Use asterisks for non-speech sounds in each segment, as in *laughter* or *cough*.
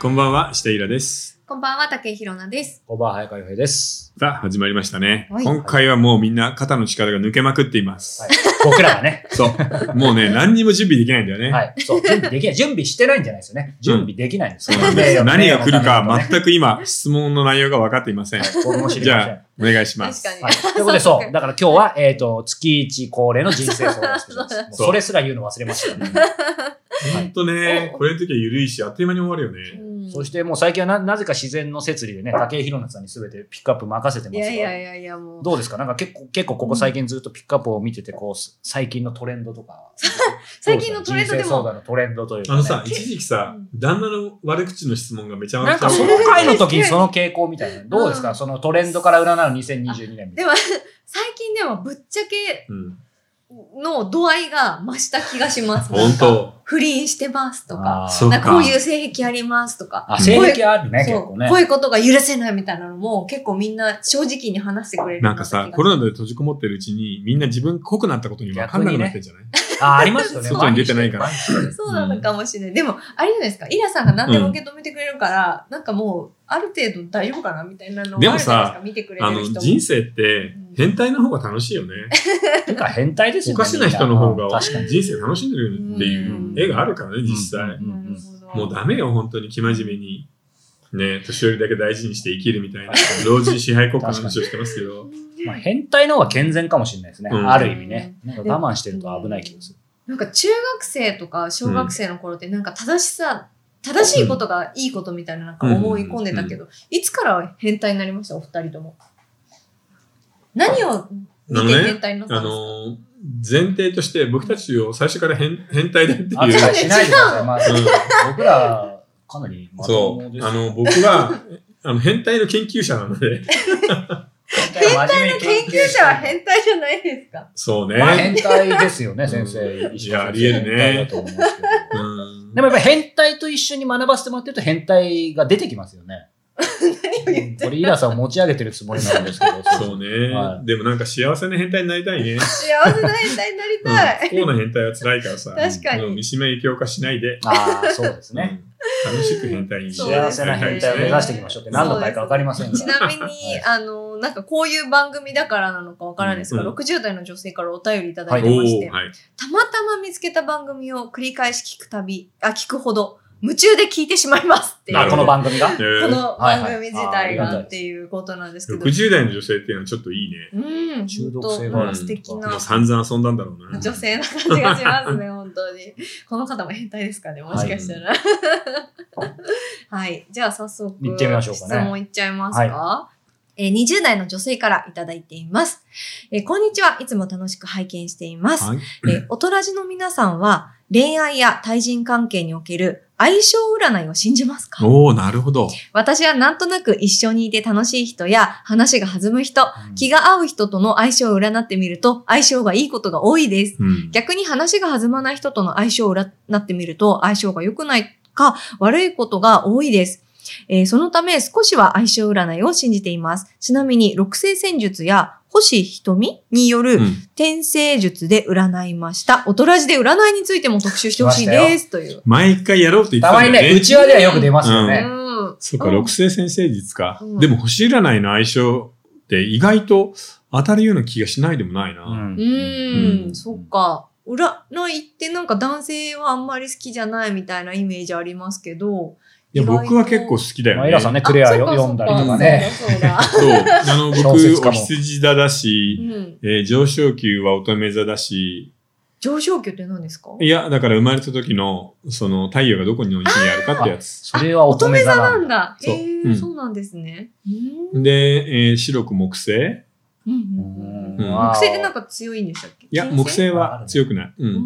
こんばんは、下平です。こんばんは、竹井宏奈です。こんばんは、早川洋平です。さあ、始まりましたね。はい今回はもうみんな肩の力が抜けまくっています。はい、僕らがね、そう。もうね、何にも準備できないんだよね。 *laughs* はい、そう、準備できない。準備してないんじゃないですよね。準備できないんでそす *laughs* うよ。なんです。何が来るかく。全く今、質問の内容が分かっていません。僕も知りじません。ゃあ、お願いします。確かはい、という *laughs* ことで、そう。だから今日は、えっ、と、月一恒例の人生相談室です。もうそうそれすら言うの忘れました、ね。ほんとね、おこれの時は緩いし、あっという間に終わるようね。んそしてもう最近はななぜか自然の摂理でね、竹井宏奈さんに全てピックアップ任せていますやがいやいやいや、もう。どうですかなんか結構、結構ここ最近ずっとピックアップを見てて、こう、最近のトレンドとか。 *laughs* 最近のトレンドで人生相も、談のトレンドというか、あね。のさ、一時期さ、旦那の悪口の質問がめちゃなめちんゃか多そいの回の時にその傾向みたいな。どうですか、そのトレンドから占う2022年みたいでも、 *laughs* 最近でもぶっちゃけうん。の度合いが増した気がします。本当不倫してますとか、な。そなんかこういう性癖ありますとか、あ、性癖あるね、結そう構ねこう。いうことが許せないみたいなのも結構みんな正直に話してくれるなんかさ、コれロナで閉じこもってるうちに、みんな自分濃くなったことに分かんなくなってんじゃない、あ、ありますよね。外に出てないから毎日毎日そうなのかもしれない。でも、あれじゃないですか、イラさんが何でも受け止めてくれるから、なんかもう、ある程度大丈夫かなみたいなのでもがあるじゃないですさか、見てくれあるの、人も。人生って、変態の方が楽しいよね。てか変態ですおよね。かしな人の方みがん確かに。人生楽しんでるっていう絵があるからね、実際。うんなるほどもうダメよ、本当に生真面目に。ね、年寄りだけ大事にして生きるみたいな、老人支配国家の話をしてますけど、まあ、変態の方が健全かもしれないですね。うんある意味ね。なんか我慢してると危ない気がする。なんか中学生とか小学生の頃ってなんか正しさ、正しいことがいいことみたいななんか思い込んでたけど、いつから変態になりましたお二人とも。何を見て変態になっあたんですかの、前提として僕たちを最初から変変態だっていう。あ、そうしないでください。まあ、う僕ら、かなりんまとそもですう。あの、僕は、あの、変態の研究者なので、変態研究者は変態じゃないですかそうまあね。変態ですよね、先う生。んいやありえるね変態だと思うんですけどうんでもやっぱ変態と一緒に学ばせてもらってると変態が出てきますよね。何をこ言ってれイラさんを持ち上げてるつもりなんですけど。 *laughs* そうね、はいでもなんか幸せな変態になりたいね。幸せな変態になりうんた不い。幸な変態は辛いからさ。確かうん三に。島由紀夫化しないで、ああ、そうですね。うん楽しく変態にそう幸せな変態を目指していきましょうって何の回かわかりませんちが。なみに、あの、なんかこういう番組だからなのかわからないですが、うん60代の女性からお便りいただいおてましーて、はい。たまたま見つけた番組を繰り返し聞くたび、あ、聞くほど、夢中で聞いてしまいますっていう。なあ、るこほどの番組がえこーの番組自はい体はいあありががたいっていうことなんですけど。 60代の女性っていうのはちょっといいね。うん、中毒性本が当あるなんか素敵もなう散々遊んだんだろうな。女性な感じがしま *laughs* すね、本当に。この方も変態ですかね、もしかしたら。はい。じゃあ早速、行ってみましょうかね質問いっちゃいますか。えー20代の女性からいただいています。えーこんにちは。いつも楽しく拝見しています。はい。えー、おとらじの皆さんは、恋愛や対人関係における相性占いを信じますかおおなるほど。私はなんとなく一緒にいて楽しい人や話が弾む人、気が合う人との相性を占ってみると相性がいいことが多いです。うん。逆に話が弾まない人との相性を占ってみると相性が良くないか悪いことが多いです。えーそのため少しは相性占いを信じています。ちなみに六星戦術や星瞳によるうん転生術で占いました。おとらじで占いについても特集してほしいです。という。毎回やろうって言ってたたまんにだね、ようね。ちわではよく出ますようね。ん。そっか、六星先生術かう。んでも星占いの相性って意外と当たるような気がしないでもないな。ううーんん、そっか。占いってなんか男性はあんまり好きじゃないみたいなイメージありますけど。いや、僕は結構好きだよまあ、ね。イラさんね、クレアよ読んだりとかね。そうだそう *laughs* だ。そう。あの、僕、小説家おも羊座だうし、ん。えー上昇級は乙女座だし、上昇級って何ですかいや、だから生まれた時の、その、太陽がどこにの位置にあるかってやつ。それは乙乙女女座座ななんんだ。だ。そうへうんえ、そうなんですね。うんで、えー白く木星うんうんうんうん木星ってなんか強いんでしたっけいや、金木星は強くない。う。うんんうん。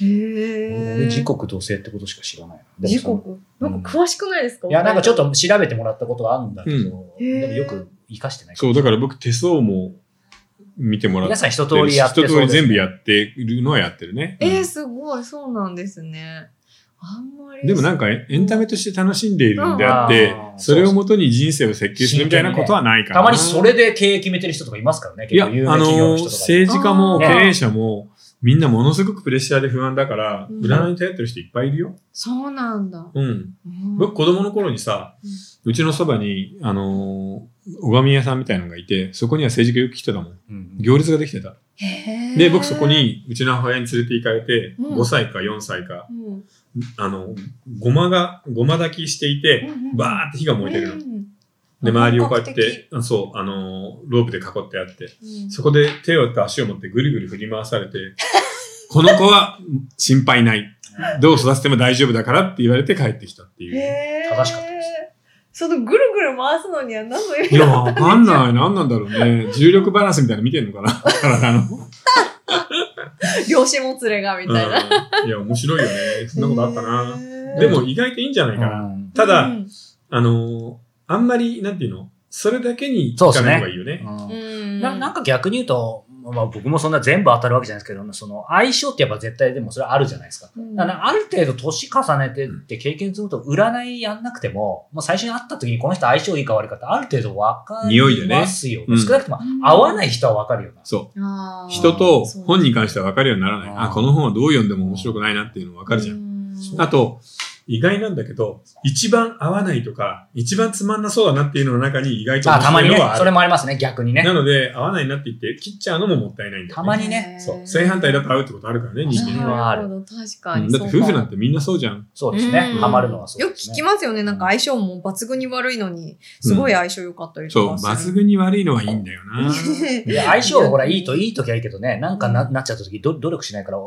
へ俺、え。時。刻同性ってことしか知らないな。でも時その刻。なんか詳しくないですかいや、なんかちょっ。と調べてもらったことはあるんだけど、うんでもよく活かしてない。そう、だから僕手相も見てもらって皆るしさん一通りやって一通り全部やって。ってるのはやってるね。えー、すごい。そうなんですね。あんまり。でもなんかエンタメとして楽しんでいるんであってうん、それをもとに人生を設計するみたいなことはないから。たまにそれで経営決めてる人とかいますからね。いや、結あ構有名企業の、の人とかで。政治家も経ね営者も、みんなものすごくプレッシャーで不安だから、うん占いに頼ってる人いっぱいいるよ。そうなんだ。うん。うん僕、子供の頃にさ、うちのそばに、あのー拝み屋さんみたいのがいて、そこには政治家よく来てたもん。うん行列ができてた。へーで、僕そこ、に、うちの母親に連れて行かれて、うん5歳か4歳か、うんあの、ごまが、ごま炊きしていて、バーって火が燃えてるの。で、周りをこうやっ本格て、あそう、あのー、ロープで囲ってあって、うんそこで手をと足を持ってぐるぐる振り回さ *laughs* れて、この子は心配ない。どう育てても大丈夫だからって言われて帰ってきたっていう。へー正しかったですそのぐるぐる回すのには何の意 *laughs* い味や、がわかんない。なんなんだろうね。重力バランスみたいなの見てんの *laughs* かな体の。両親も連れがみたいな。うんいや、面白いよね。そんなことあったな。へーでも、意外といいんじゃないかな。うんただうんあのー、あんまり、なんていうのそれだけにそう行かですねない方がいいよね。うんうんななんか逆に言うと、まあ、僕もそんな全部当たるわけじゃないですけど、その相性ってやっぱ絶対でもそれはあるじゃないですか。うんだからある程度年重ねてって経験すると、占いやんなくても、まあ、最初に会った時にこの人相性いいか悪いかってある程度わかり匂いでねますよね。うん少なくともうん合わない人はわかるよな。そあう。ー人と本に関しては分かるようにならない。あーあ、この本はどう読んでも面白くないなっていうの分かるじゃん。うんあと、意外なんだけど、一番合わないとか、一番つまんなそうだなっていうのの中に意外とまあ、たまにね面白いのは、それもありますね、逆にねな。ので、合わないなって言って、切っちゃうのももったいないんだよ、ね。たまにねへーそう。正反対だと合うってことあるからね、人間は。はあなるるほど、確かうんに。だって夫婦なんててみんなそうじゃん。そうですねう。んハマるのはそうよくです、聞ね。きますよね。なんか相性も抜群に悪いのに、すごい相性良かったりそう。とかする。抜群に悪いのはいいんだよな。 *laughs* 群で相性がほら、いいといい時はいいけどね、なんかななっちゃった時、ど努力しないから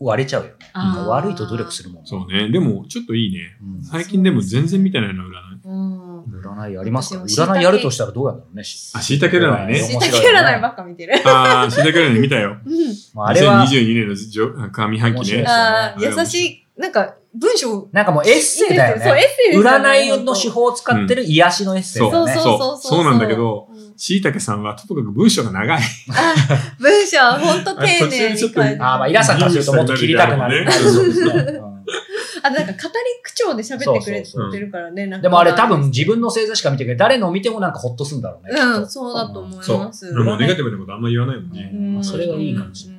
割れちゃうよね。んなんか悪いと努力するもんね。そうね。でも、ちょっといいね。うん最近でも全然見てないの、占い。 *laughs* うん。占いやりますか私も占いやるとしたらどうやるのね。あ、椎茸占い面ね。白椎い茸占いばっか見て *laughs* る。あー、椎茸占い見たよ。うまあ、あれは、 2022年のじょ上半期面白いねん。です。ああれ面ー白い優しい、なんか文章、なんかもうエッセイだよそう、エッね。セイですよね占いの手法を使ってる癒しのエッセイだそようね。そうそう。そうなんだけど、うん椎茸さんはとにかく文章が長い。あ文章はほんと丁寧に書あ途いて中でちょっる。とああ、まあ、イラさんからするともっと切りたくなる。そうそうそ *laughs* あ、うんなんか語り口調で喋ってくれそうそうてるからね。なんかでもあれ多分、自分の星座しか見てないけど、誰の見てもなんかほっとするんだろうね。きっうとん、そうだと思いんそまう。す。もうネガティブなことあんま言わないもんね。うんまあそれはいいか感もしじれない。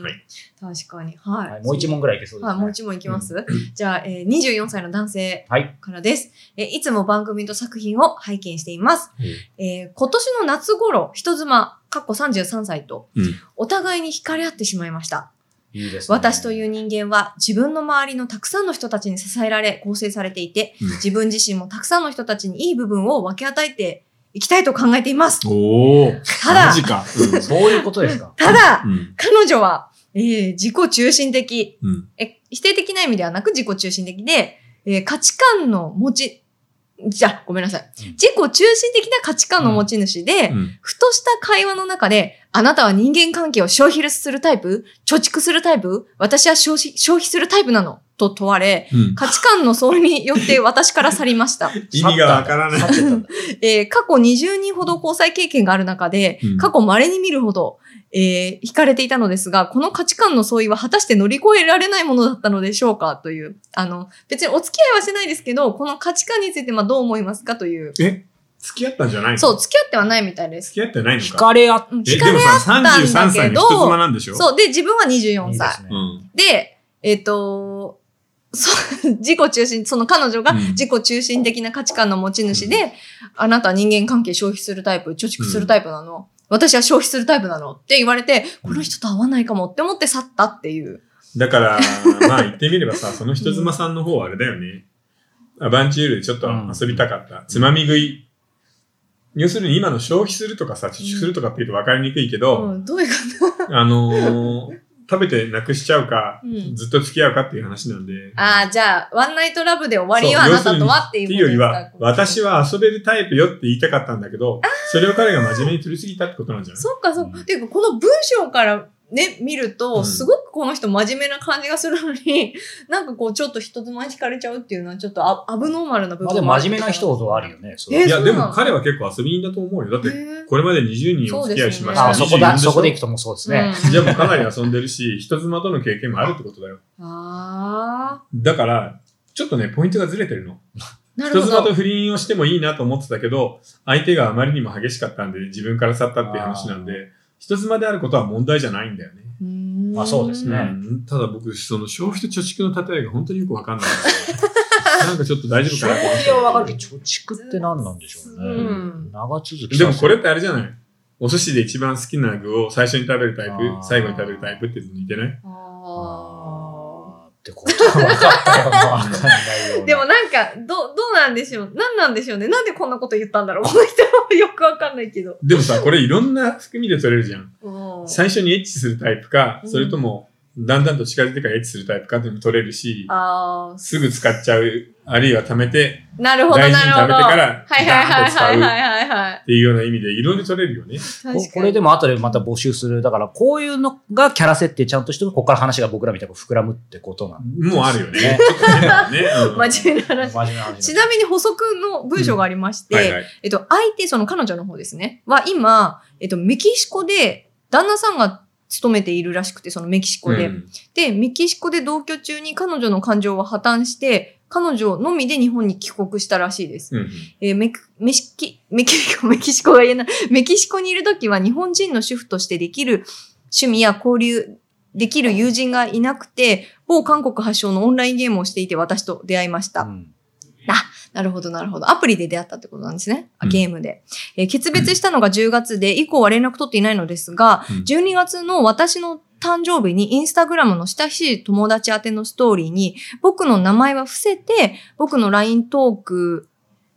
はい確かに。はい。はいもう一問ぐらいいけそうですはい、ね。もう一問いきます、 *laughs* じゃあ、えー、24歳の男性はいからです、えーいつも番組と作品を拝見しています。えー今年の夏頃、人妻、かっこ33歳と、うんお互いに惹かれ合ってしまいました。いいですね私という人間は自分の周りのたくさんの人たちに支えられ構成されていて、うん自分自身もたくさんの人たちにいい部分を分け与えていきたいと考えています。おー。ただマジか。そういうことで *laughs* すか。ただ、うん。うん彼女は、えー自己中心的、うん。え、否定的な意味ではなく自己中心的で、えー価値観の持ち、じゃあ、ごめんなさい。うん自己中心的な価値観の持ち主で、うん。ふとした会話の中で、あなたは人間関係を消費するタイプ貯蓄するタイプ私は消費消費するタイプなのと問われ、 *laughs* うん。価値観の相違によって私から去りました。意味がわからない去ってったんだえー過去20人ほど交際経験がある中で、うん過去稀に見るほど、えー惹かれていたのですが、この価値観の相違は果たして乗り越えられないものだったのでしょうかという、あの、別にお付き合いはしてないですけど、この価値観についてまあどう思いますかという。え付き合ったんじゃないのそう、付き合ってはないみたいです。付き合ってないの惹か。かれ合っうんえ、惹かでもれさ、合ったんだ33け歳のど、人妻なんでしょそう、で、自分はて24いいで歳。すねう。ん。でえっ、と、そう *laughs* 自己中心、その彼女がうん自己中心的な価値観の持ち主で、あなたは人間関係消費するタイプ、貯蓄するタイプなの、私は消費するタイプなのって言われて、この人と合わないかもって思って去ったっていう。だから、まあ言ってみればさ、その人妻さんの方はあれだよね。アバンチュールでちょっと遊びたかった。つまみ食い。要するに今の消費するとかさ、貯蓄するとかって言うと分かりにくいけど、うん、どういうこあのー、食べてなくしちゃうか、うんずっと付き合うかっていう話なんで。とああ、じゃあ、ワンナイトラブで終わりはあそうなたとはっていう要するにっていうよりは、私は。は遊べるタイプよって言いたかったんだけど、それを彼が真面目に取りすぎたってことなんじゃないそっかそっか。ていうか、この文章からね、見ると、うんすごくこの人真面目な感じがするのに、 *laughs* なんかこう、ちょっと人妻に惹かれちゃうっていうのは、ちょっとアアブノーマルな部ま分あでももある真面目な人ほどあるよね。それえいや、そうでなのも彼は結構遊び人だと思うよ。だって、へーこれまで20人お付き合いしましあた。あ、そこ24だ、でしそょこで行くともうそうですね。うんじゃあもうかなり遊んでるし、人妻との経験もあるってことだよ。あだから、ちょっとね、ポイントがずれてるの。あ、なる人ほ妻とど。不倫をしてもいいなと思ってたけど、相手があまりにも激しかったんで、自分から去ったっていう話なんで、人妻であることは問題じゃないんだよね。うーんまあそうですねうんただ僕、その消費と貯蓄の例えが本当によくわかんないんで。なんかちょっと大丈夫かなと思っていや、わかるけど、貯蓄って何なんでしょうね。うん長続 *laughs* きでもこれっさてあれじゃないお寿司で一番好きな具を最初に食べるタイあプー最後に食べるタイプって似てないせああーってことは分かったよ、まあ、分かんないようーな。でもなんか、どう、どうなんでしょう何なんでしょうねなんでこんなこと言ったんだろうこの人もよくわかんないけど。でもさ、これいろんな含みで取れるじゃん。最初にエッチするタイプか、うんそれとも、だんだんと近づいてからエッチするタイプかっていうのも取れるし、ああ、すぐ使っちゃう、あるいは貯めてなるほど、な大る事にほ食ど。べはていかはいらはいはいはいはいはい。っていうような意味でいろいろ取れるよね。確かこに。これでも後でまた募集する。だから、こういうのがキャラ設定ちゃんとしてると、ここから話が僕らみたいに膨らむってことなんでもうあるよね。ねちょっと変だよね。うん *laughs* 真面目な話。真面目な話。ちなみに補足の文章がありまして、はいはい。えっと、相手、その彼女の方ですね、は今、えっと、メキシコで、旦那さんが勤めているらしくて、そのメキシコで。うんで、メキシコで同居中に彼女の感情は破綻して、彼女のみで日本に帰国したらしいです。うんえーメキメシキメキシコ、 *laughs* メキシコが言えない。メキシコにいるときは日本人の主婦としてできる趣味や交流できる友人がいなくて、某韓国発祥のオンラインゲームをしていて私と出会いました。うんなるほど、なるほど。アプリで出会ったってことなんですね。あうんゲームで、えー決別したのが10月で、以降は連絡取っていないのですが、うん12月の私の誕生日にインスタグラムの親しい友達宛てのストーリーに、僕の名前は伏せて、僕の LINE トーク、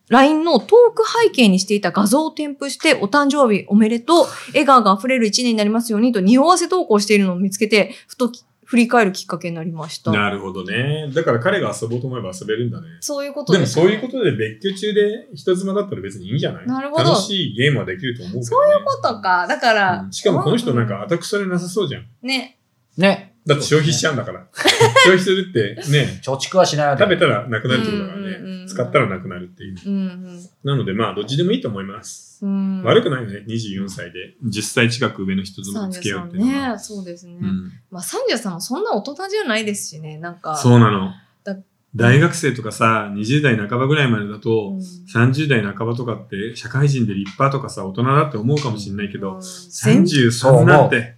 LINE のトーク背景にしていた画像を添付して、お誕生日おめでとう、笑顔が溢れる一年になりますようにと匂わせ投稿しているのを見つけて、ふとき振り返るきっかけになりました。なるほどね。だから彼が遊ぼうと思えば遊べるんだね。そういうことででもすそういうこととで別居中で人妻だったら別にいいんじゃないなるほど楽しいゲームはできると思うけど、ね。そういうことか。だから、うんしかもこの人なんうかアタクされなさそうじゃん。ね。ね。だって消費しちゃうんだから。 *laughs* 消費するってね、貯蓄はしないわけ食べたらなくなるってことだからうんうんうね。ん使ったらなくなるっていう。うんなのでまあどっちでもいいと思います。うん。悪くくないよね。24歳で10歳近く上の人妻と付き合うっていうのは。ね。そうですね。うんまあ33もそんな大人じゃないですしね。なんか。そうなのだ。大学生とかさ、20代半ばぐらいまでだと、うん30代半ばとかって社会人で立派とかさ大人だって思うかもしれないけうど、ん33なんてそう思う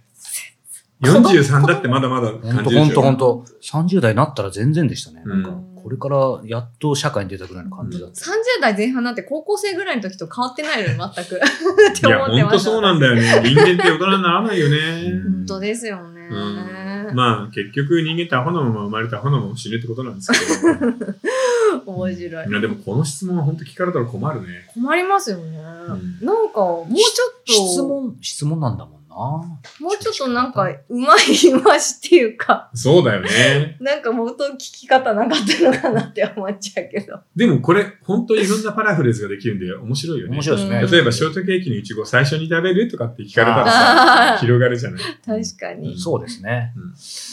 43だってまだまだほん感とじるでほんしとょほんと。30代になったら全然でしたね。うんうんこれからやっと社会に出たぐらいの感じだった。 30代前半なんて高校生ぐらいの時と変わってないのに全く。っいて思やってほんまとした。そうなんだよね人間って大人にならないよねうん本当ですよね。 *laughs* うんまあ結局人間ってアホなまま生まれてアホなまま死ぬってことなんですけど面白いい。やでもこの質問は本当聞かれたら困るね困りますよんね。なんか、もうちょっと、質問、質問なんだもんな。もうちょっとなんか、うまい言い回しっていうか、そうだよねなんかもっと聞き方なかったのかなって思っちゃうけど。でもこれ本当いろんなパラフレーズができるんで面白いよね面白いですね。うん例えばショートケーキのいちご最初に食べるとかって聞かれたらさああ、広がるじゃない確かに。そうですね。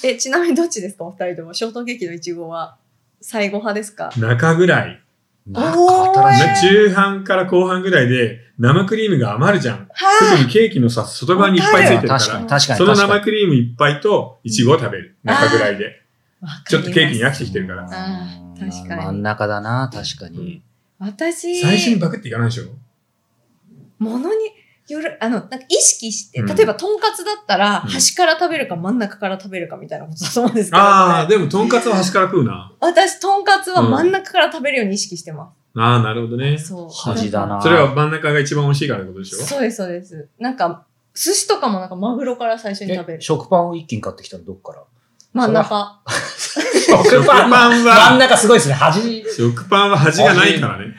え、ちなみにどっちですかお二人とも。ショートケーキのイチゴは、最後派ですか中ぐらいなんか新しいへー中半から後半ぐらいで生クリームが余るじゃん。は特にケーキのさ、外側にいっぱいついてるか、確からに、確かに。その確か生にクリームいっぱいとイチゴを食べる。うん中ぐらいで。いちょっとケーキに飽やきてきてるから。あー確かに真ん中だな、確かに。私、最初にパクっていかないでしょものによる、あの、なんか意識して、うん例えば、とんかつだったら、うん端から食べるか真ん中から食べるかみたいなことだと思うんですけど、ああ、でもとんかつは端から食うな。私、とんかつは真ん中から食べるように意識してまああ、なるほどね。す。そう。恥だな。それは真ん中が一番美味しいからってことでしょそうです、そうです。なんか、寿司とかもなんかマグロから最初に食べえる。食パンを一気に買ってきたのどっから真ん中。食パン真んは、中すごいですね。端。食パンは端がないからね。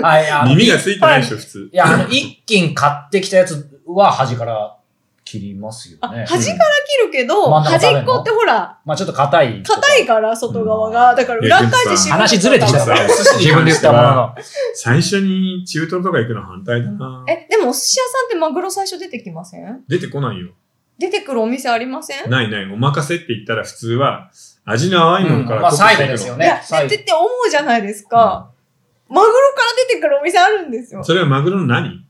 はい、あの耳がついてないでしょ、普通。いや、あの、一気に買ってきたやつは端から切りますよあ、ね。端から切るけど、真ん中端食べっんのこってほら、まあちょっと硬い。硬い。から、外側が。だから裏返してしまう話ずれてきたさから。寿司に関しては自分で言ったものの。最初に中トロとか行くの反対だな。え、でもお寿司屋さんってマグロ最初出てきません出てこないよ。出てくるお店ありませんいないない。お任せって言ったら普通は、味の淡いものからまあ濃くしていくの最後ですよね。や、最出後てって思うじゃないですか。マグロから出てくるお店あるんですよ。それはマグロの何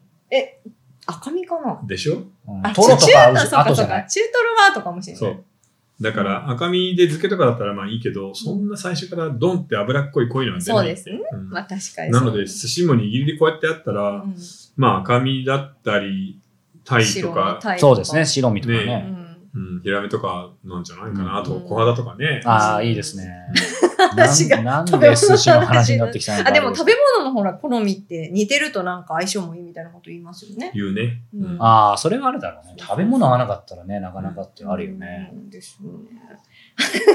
赤身かなでしょうんあ、トロとか中そう後かじそうゃないか。。中トロは後かもしれない。そう。だから赤身で漬けとかだったらまあいいけど、そんな最初からドンって脂っこい濃いのは出そうないでって。すね。うんまあ確かになそう。ので、寿司も握りでこうやってあったうら、ん、まあ赤身だったり、タイと白のか、タイとか。そうですね、白身とかねうね。ん。うん、ヒラメとかなんじゃないかな。うんあと、小肌とかね。ああ、いいです *laughs* ね。私がなんなんで寿司の話になってきたのかあ、でもれ食べ物のほら、好みって似てるとなんか相性もいいみたいなこと言いますよね。言うね。うんうんああ、それはあるだろうね。食べ物合わなかったらね、なかなかってあるよね。うん。ですよ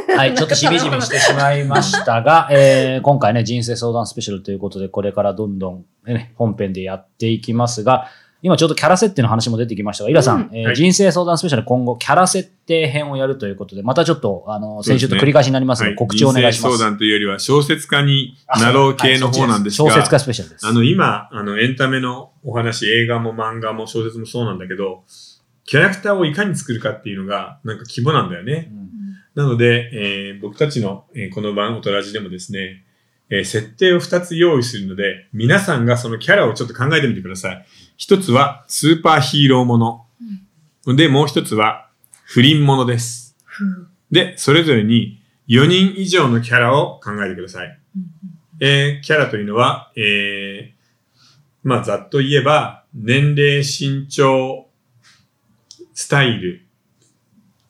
ね。はい、ちょっとしみじみしてしまいましたが、えー、今回ね、人生相談スペシャルということで、これからどんどん、ね、本編でやっていきますが、今ちょっとキャラ設定の話も出てきましたが、イラさうん、えーはい人生相談スペシャル今後、キャラ設定編をやるということで、またちょっと、あの、先週と繰り返しになりますが、はい告知をお願いし人ま生す。相談というよりは小説家になろう系の方なんですが、小説家スペシャルです。あの今、あのエンタメのお話、映画も漫画も小説もそうなんだけど、キャラクターをいかに作るかっていうのが、なんか規模なんだよね。なので、えー僕たちの、えーこの番、おとらじでもですね、えー設定を2つ用意するので、皆さんがそのキャラをちょっと考えてみてください。一つはスーパーヒーローもの。で、もう一つは不倫ものです。ふで、それぞれに4人以上のキャラを考えてください。うんえーキャラというのは、えーまあ、ざっと言えば、年齢、身長、スタイル、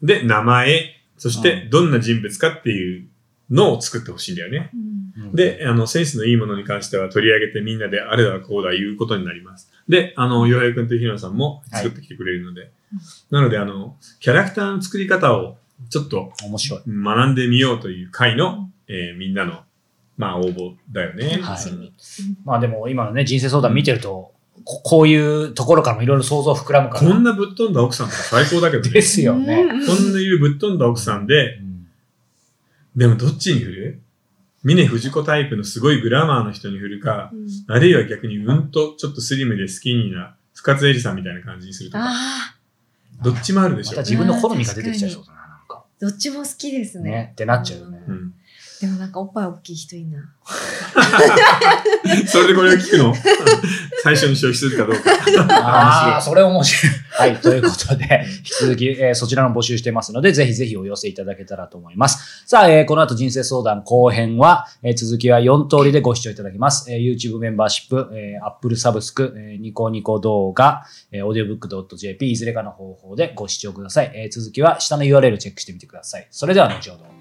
で、名前、そしてうどんな人物かっていうのを作ってほしいんだよね。うんうんで、あの、センスのいいものに関しては取り上げてみんなであれだこうだ言うことになります。で、あの、洋平くんとひなさんも作ってきてくれるので。なので、あの、キャラクターの作り方をちょっと面白い。学んでみようという会の、えーみんなの、まあ、応募だよね。はい楽しみまあでも今のね、人生相談見てると、ここういうところからもいろいろ想像膨らむから。こんなぶっ飛んだ奥さんとか最高だけどでね。すよね。うん *laughs* こんないうぶっ飛んだ奥さんで、でもどっちに振る峰藤子タイプのすごいグラマーの人に振るか、うんあるいは逆にうんとちょっとスリムでスキニーな深津絵里さんみたいな感じにするとか、ああ、どっちもあるでましょた。自分の好みが出てきちゃいそうだな、なんか。どっちも好きですね。ね、ってなっちゃうよね。うん、でもなんかおっぱい大きい人いいな。それでこれを聞くの最初に消費するかどうか。ああ、それ面白い。 *laughs* はい、ということで、 *laughs* 引き続き、えーそちらの募集してますので、ぜひぜひお寄せいただけたらと思います。さあ、えーこの後人生相談後編は、えー続きは4通りでご視聴いただけます。えー YouTube メンバーシップ、えー Apple サブスク、えーニコニコ動画、えー audiobook.jp、いずれかの方法でご視聴ください。えー続きは下の URL チェックしてみてください。それでは後ほど。